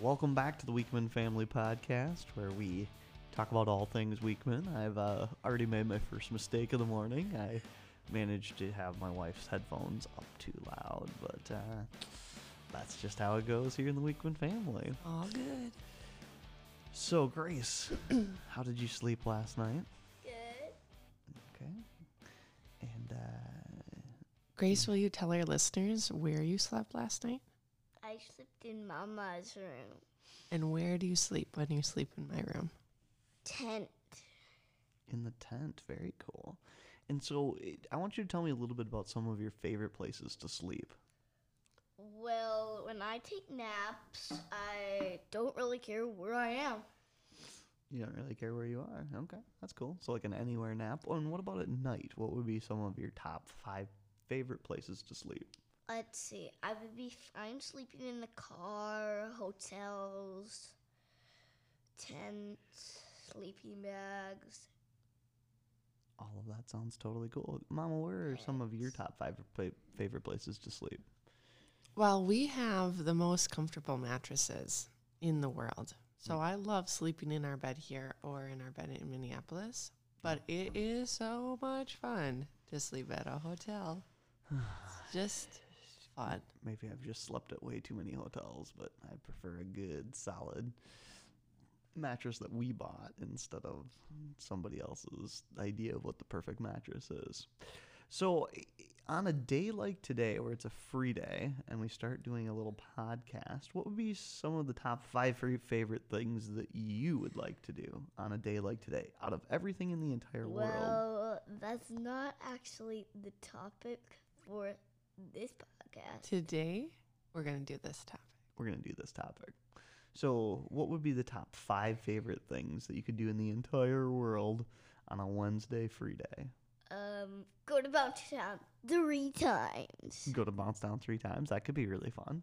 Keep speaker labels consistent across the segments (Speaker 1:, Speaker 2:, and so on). Speaker 1: Welcome back to the Weekman Family Podcast, where we talk about all things Weekman. I've uh, already made my first mistake of the morning. I managed to have my wife's headphones up too loud, but uh, that's just how it goes here in the Weekman family.
Speaker 2: All good.
Speaker 1: So, Grace, how did you sleep last night?
Speaker 3: Good.
Speaker 1: Okay. And uh,
Speaker 2: Grace, will you tell our listeners where you slept last night?
Speaker 3: I slept in Mama's room.
Speaker 2: And where do you sleep when you sleep in my room?
Speaker 3: Tent.
Speaker 1: in the tent, very cool. And so, it, I want you to tell me a little bit about some of your favorite places to sleep.
Speaker 3: Well, when I take naps, I don't really care where I am.
Speaker 1: You don't really care where you are. Okay, that's cool. So, like an anywhere nap. Oh, and what about at night? What would be some of your top five favorite places to sleep?
Speaker 3: Let's see. I would be. f- I'm sleeping in the car, hotels, tents, sleeping bags.
Speaker 1: All of that sounds totally cool. Mama, where are some of your top five fa- favorite places to sleep?
Speaker 2: Well, we have the most comfortable mattresses in the world. So I love sleeping in our bed here or in our bed in Minneapolis, but it is so much fun to sleep at a hotel. It's just fun.
Speaker 1: Maybe I've just slept at way too many hotels, but I prefer a good, solid mattress that we bought instead of somebody else's idea of what the perfect mattress is. So, i- on a day like today, where it's a free day and we start doing a little podcast, what would be some of the top five fa- favorite things that you would like to do on a day like today out of everything in the entire world?
Speaker 3: Well, that's not actually the topic for this podcast.
Speaker 2: Today, we're going to do this topic.
Speaker 1: we're gonna do this topic. So, what would be the top five favorite things that you could do in the entire world on a Wednesday free day?
Speaker 3: Um, go to Bounty Town three times.
Speaker 1: Go to bounce down three times. That could be really fun.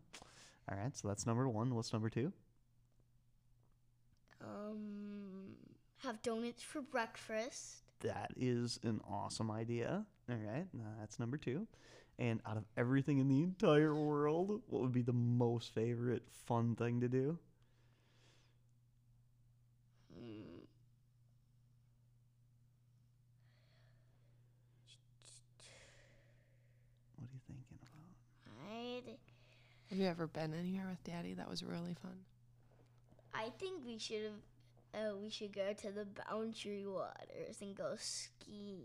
Speaker 1: All right, so that's number one. What's number two?
Speaker 3: Um, have donuts for breakfast.
Speaker 1: That is an awesome idea. All right, uh, that's number two. And out of everything in the entire world, what would be the most favorite fun thing to do?
Speaker 3: Mm.
Speaker 1: What are you thinking about?
Speaker 3: I'd,
Speaker 2: Have you ever been anywhere with Daddy? That was really fun.
Speaker 3: I think we should have. Uh, we should go to the Boundary Waters and go skiing.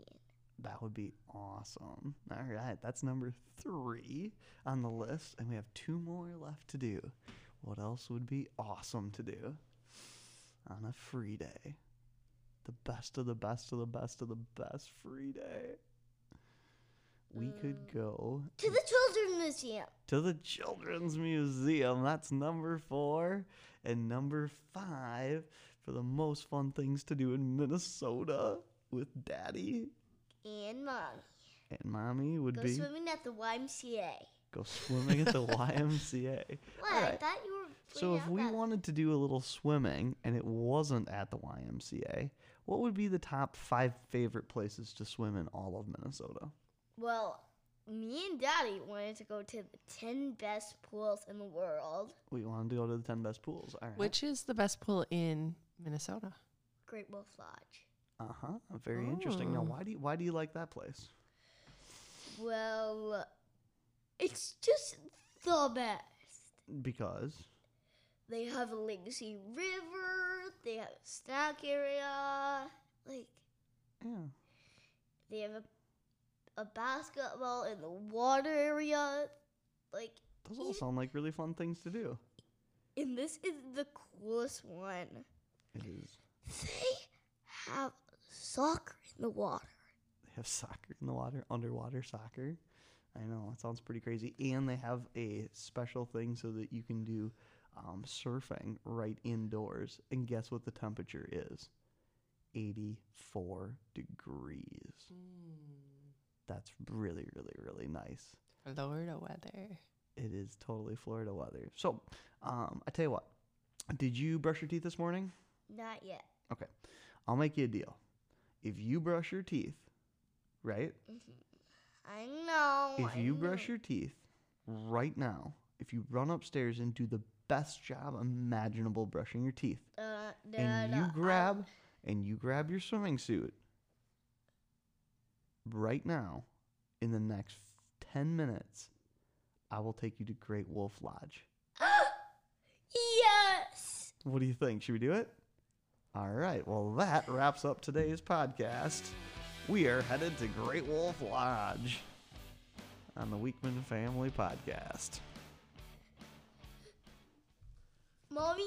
Speaker 1: That would be awesome. All right, that's number three on the list, and we have two more left to do. What else would be awesome to do on a free day? The best of the best of the best of the best free day. We could go
Speaker 3: Mm. To the Children's Museum.
Speaker 1: to the Children's Museum. That's number four. And number five for the most fun things to do in Minnesota with Daddy
Speaker 3: And Mommy.
Speaker 1: and Mommy would
Speaker 3: Go
Speaker 1: be.
Speaker 3: swimming at the YMCA.
Speaker 1: go swimming at the YMCA.
Speaker 3: What? I
Speaker 1: Alright,
Speaker 3: thought you were.
Speaker 1: So if
Speaker 3: pointing out
Speaker 1: we
Speaker 3: that-
Speaker 1: wanted to do a little swimming and it wasn't at the YMCA, what would be the top five favorite places to swim in all of Minnesota?
Speaker 3: Well, me and Daddy wanted to go to the 10 best pools in the world.
Speaker 1: We wanted to go to the ten best pools. All right.
Speaker 2: Which is the best pool in Minnesota?
Speaker 3: Great Wolf Lodge.
Speaker 1: Uh huh. Very interesting. Now,
Speaker 3: Oh.
Speaker 2: Ooh.
Speaker 1: why do you, why do you like that place?
Speaker 3: Well, it's just the best.
Speaker 1: Because
Speaker 3: They have a Legacy River, they have a snack area, like,
Speaker 1: yeah,
Speaker 3: they have a, a basketball in the water area. Like,
Speaker 1: those all sound like really fun things to do.
Speaker 3: and this is the coolest one.
Speaker 1: It is.
Speaker 3: They have soccer in the water.
Speaker 1: They have soccer in the water, underwater soccer. I know that sounds pretty crazy. And they have a special thing so that you can do um, surfing right indoors. And guess what the temperature is? 84 degrees.
Speaker 2: Hmm.
Speaker 1: That's really, really, really nice.
Speaker 2: Florida weather.
Speaker 1: It is totally Florida weather. So, um, I tell you what, did you brush your teeth this morning?
Speaker 3: Not yet.
Speaker 1: Okay. I'll make you a deal. If you brush your teeth, right?
Speaker 3: I know.
Speaker 1: If
Speaker 3: Mm-hmm. I
Speaker 1: you
Speaker 3: know.
Speaker 1: brush your teeth right now if you run upstairs and do the best job imaginable brushing your teeth,
Speaker 3: Uh, no,
Speaker 1: and
Speaker 3: no,
Speaker 1: you
Speaker 3: I-
Speaker 1: grab and you grab your swimming suit right now in the next 10 minutes i will take you to great wolf lodge
Speaker 3: yes.
Speaker 1: what do you think should we do it all right well that wraps up today's podcast we are headed to great wolf lodge on the weekman family podcast
Speaker 3: Mommy,